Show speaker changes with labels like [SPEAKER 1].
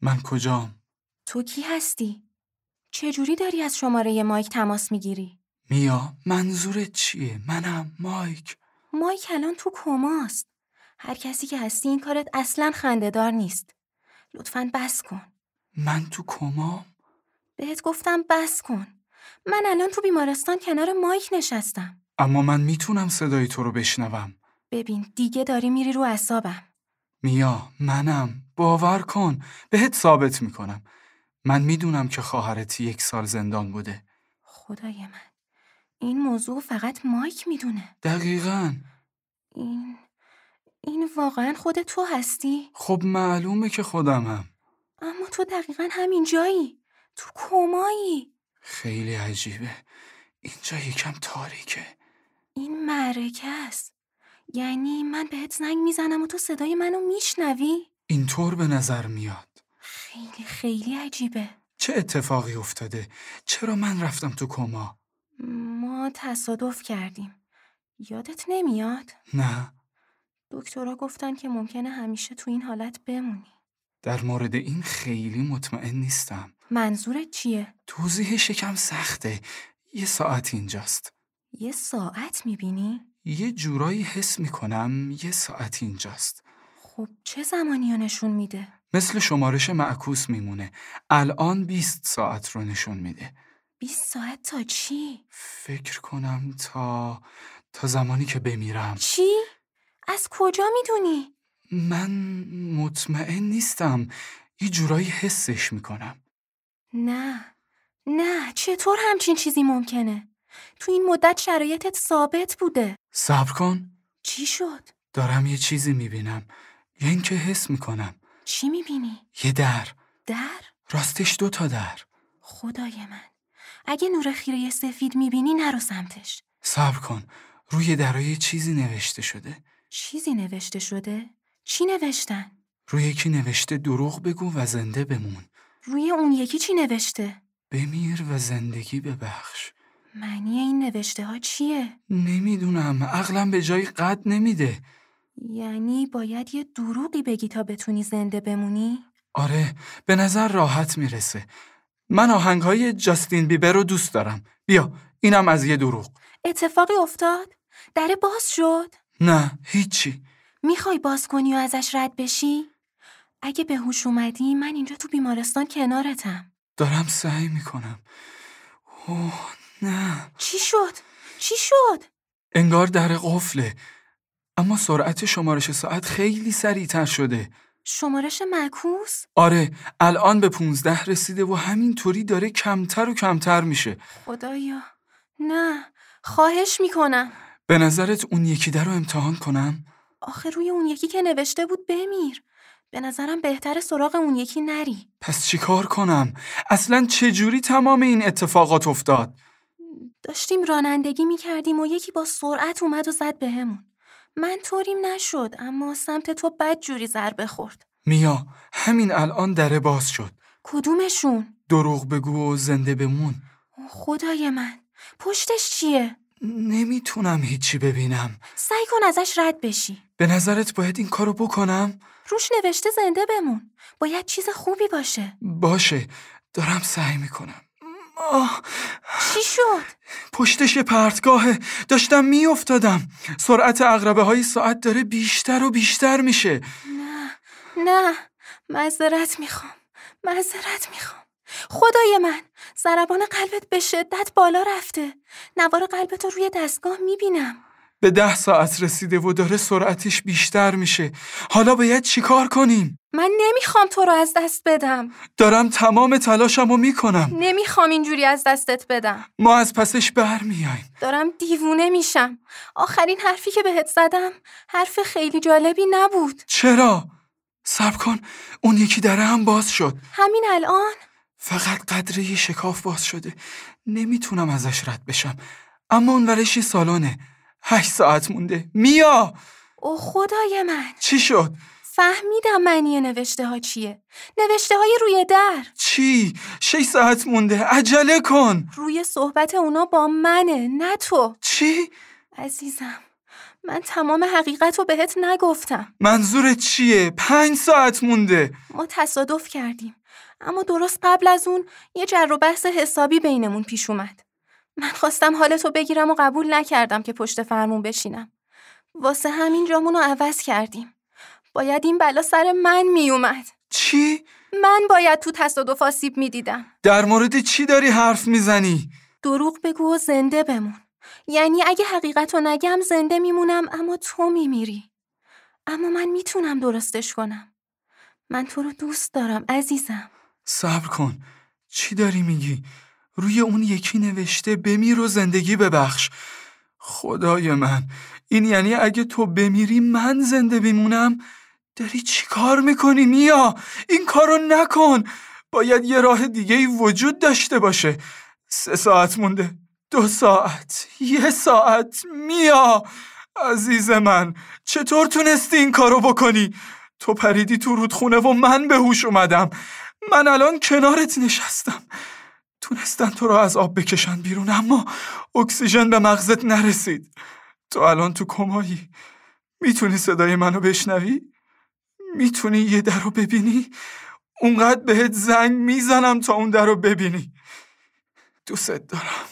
[SPEAKER 1] من کجام؟
[SPEAKER 2] تو کی هستی؟ چجوری داری از شماره مایک تماس میگیری؟
[SPEAKER 1] میا منظورت چیه؟ منم مایک
[SPEAKER 2] مایک الان تو کماست. هر کسی که هستی این کارت اصلا خندهدار نیست. لطفا بس کن.
[SPEAKER 1] من تو کمام؟
[SPEAKER 2] بهت گفتم بس کن. من الان تو بیمارستان کنار مایک نشستم.
[SPEAKER 1] اما من میتونم صدای تو رو بشنوم
[SPEAKER 2] ببین دیگه داری میری رو اصابم.
[SPEAKER 1] میا منم باور کن بهت ثابت میکنم من میدونم که خواهرت یک سال زندان بوده
[SPEAKER 2] خدای من. این موضوع فقط مایک میدونه.
[SPEAKER 1] دقیقا
[SPEAKER 2] این این واقعا خود تو هستی؟
[SPEAKER 1] خب معلومه که خودمم
[SPEAKER 2] اما تو دقیقا همین جایی. تو کمایی.
[SPEAKER 1] خیلی عجیبه اینجا یکم تاریکه
[SPEAKER 2] این معرکه است. یعنی من بهت زنگ میزنم و تو صدای منو میشنوی؟
[SPEAKER 1] اینطور به نظر میاد
[SPEAKER 2] خیلی خیلی عجیبه.
[SPEAKER 1] چه اتفاقی افتاده چرا من رفتم تو کما
[SPEAKER 2] ما تصادف کردیم. یادت نمیاد؟
[SPEAKER 1] نه
[SPEAKER 2] دکترا گفتن که ممکنه همیشه تو این حالت بمونی.
[SPEAKER 1] در مورد این خیلی مطمئن نیستم
[SPEAKER 2] منظورت چیه؟
[SPEAKER 1] توضیحش یکم سخته یه ساعت اینجاست
[SPEAKER 2] یه ساعت میبینی؟
[SPEAKER 1] یه جورایی حس میکنم یه ساعت اینجاست
[SPEAKER 2] خب چه زمانی رو نشون میده؟
[SPEAKER 1] مثل شمارش معکوس میمونه الان 20 ساعت رو نشون میده
[SPEAKER 2] 20 ساعت تا چی؟
[SPEAKER 1] فکر کنم تا تا زمانی که بمیرم
[SPEAKER 2] چی؟ از کجا میدونی؟
[SPEAKER 1] من مطمئن نیستم یه جورایی حسش میکنم
[SPEAKER 2] نه نه چطور همچین چیزی ممکنه؟ تو این مدت شرایطت ثابت بوده
[SPEAKER 1] صبر کن
[SPEAKER 2] چی شد؟
[SPEAKER 1] دارم یه چیزی میبینم یا اینکه حس میکنم
[SPEAKER 2] چی میبینی؟
[SPEAKER 1] یه در
[SPEAKER 2] در؟
[SPEAKER 1] راستش دو تا در
[SPEAKER 2] خدای من اگه نور خیره سفید میبینی نرو سمتش
[SPEAKER 1] صبر کن روی درای یه چیزی نوشته شده
[SPEAKER 2] چیزی نوشته شده؟ چی نوشتن؟
[SPEAKER 1] روی یکی نوشته دروغ بگو و زنده بمون
[SPEAKER 2] روی اون یکی چی نوشته؟
[SPEAKER 1] بمیر و زندگی ببخش
[SPEAKER 2] معنی این نوشته ها چیه؟
[SPEAKER 1] نمیدونم عقلم به جای قد نمیده
[SPEAKER 2] یعنی باید یه دروغی بگی تا بتونی زنده بمونی؟
[SPEAKER 1] آره به نظر راحت میرسه من آهنگ های جاستین بیبر رو دوست دارم بیا اینم از یه دروغ
[SPEAKER 2] اتفاقی افتاد؟ در باز شد؟
[SPEAKER 1] نه هیچی
[SPEAKER 2] میخوای باز کنی و ازش رد بشی؟ اگه به هوش اومدی من اینجا تو بیمارستان کنارتم
[SPEAKER 1] دارم سعی میکنم اوه نه
[SPEAKER 2] چی شد؟ چی شد؟
[SPEAKER 1] انگار در قفله اما سرعت شمارش ساعت خیلی سریعتر شده
[SPEAKER 2] شمارش معکوس؟
[SPEAKER 1] آره الان به 15 رسیده و همینطوری داره کمتر و کمتر میشه
[SPEAKER 2] خدایا نه خواهش میکنم
[SPEAKER 1] به نظرت اون یکی در رو امتحان کنم
[SPEAKER 2] آخه روی اون یکی که نوشته بود بمیر به نظرم بهتر سراغ اون یکی نری
[SPEAKER 1] پس چیکار کنم اصلا چجوری تمام این اتفاقات افتاد
[SPEAKER 2] داشتیم رانندگی میکردیم و یکی با سرعت اومد و زد بهمون من طوریم نشد اما سمت تو بد جوری ضربه خورد
[SPEAKER 1] میا همین الان دره باز شد
[SPEAKER 2] کدومشون
[SPEAKER 1] دروغ بگو و زنده بمون
[SPEAKER 2] خدای من پشتش چیه
[SPEAKER 1] نمیتونم هیچی ببینم
[SPEAKER 2] سعی کن ازش رد بشی
[SPEAKER 1] به نظرت باید این کارو بکنم
[SPEAKER 2] روش نوشته زنده بمون باید چیز خوبی باشه
[SPEAKER 1] باشه دارم سعی میکنم آه
[SPEAKER 2] چی شد
[SPEAKER 1] پشتش یه پرتگاهه داشتم میافتادم سرعت اغربه های ساعت داره بیشتر و بیشتر میشه
[SPEAKER 2] نه نه معذرت میخوام معذرت میخوام خدای من ضربان قلبت به شدت بالا رفته نوار قلبت رو روی دستگاه میبینم
[SPEAKER 1] به ده ساعت رسیده و داره سرعتش بیشتر میشه حالا باید چیکار کنیم
[SPEAKER 2] من نمیخوام تو رو از دست بدم
[SPEAKER 1] دارم تمام تلاشمو میکنم
[SPEAKER 2] نمیخوام اینجوری از دستت بدم
[SPEAKER 1] ما از پسش برمیاییم
[SPEAKER 2] دارم دیوونه میشم آخرین حرفی که بهت زدم حرف خیلی جالبی نبود
[SPEAKER 1] چرا صبر کن اون یکی دره هم باز شد
[SPEAKER 2] همین الان
[SPEAKER 1] فقط قدره یه شکاف باز شده نمیتونم ازش رد بشم اما اون ورش یه سالانه هشت ساعت مونده میا
[SPEAKER 2] او خدای من
[SPEAKER 1] چی شد
[SPEAKER 2] فهمیدم معنی نوشته ها چیه نوشته های روی در
[SPEAKER 1] چی شش ساعت مونده عجله کن
[SPEAKER 2] روی صحبت اونا با منه نه تو
[SPEAKER 1] چی
[SPEAKER 2] عزیزم من تمام حقیقت رو بهت نگفتم
[SPEAKER 1] منظورت چیه؟ پنج ساعت مونده
[SPEAKER 2] ما تصادف کردیم اما درست قبل از اون یه جر و بحث حسابی بینمون پیش اومد من خواستم حالتو بگیرم و قبول نکردم که پشت فرمون بشینم واسه همین جامون رو عوض کردیم باید این بلا سر من میومد
[SPEAKER 1] چی؟
[SPEAKER 2] من باید تو تصادف آسیب میدیدم
[SPEAKER 1] در مورد چی داری حرف میزنی؟
[SPEAKER 2] دروغ بگو و زنده بمون یعنی اگه حقیقت رو نگم زنده میمونم اما تو میمیری اما من میتونم درستش کنم من تو رو دوست دارم عزیزم
[SPEAKER 1] صبر کن چی داری میگی؟ روی اون یکی نوشته بمیر و زندگی ببخش خدای من این یعنی اگه تو بمیری من زنده بمونم داری چی کار میکنی میا این کارو نکن باید یه راه دیگه ای وجود داشته باشه سه ساعت مونده دو ساعت یه ساعت میا عزیز من چطور تونستی این کارو بکنی تو پریدی تو رودخونه و من به هوش اومدم من الان کنارت نشستم تونستن تو رو از آب بکشن بیرون اما اکسیژن به مغزت نرسید تو الان تو کمایی میتونی صدای منو بشنوی؟ میتونی یه در رو ببینی؟ اونقدر بهت زنگ میزنم تا اون در رو ببینی دوست دارم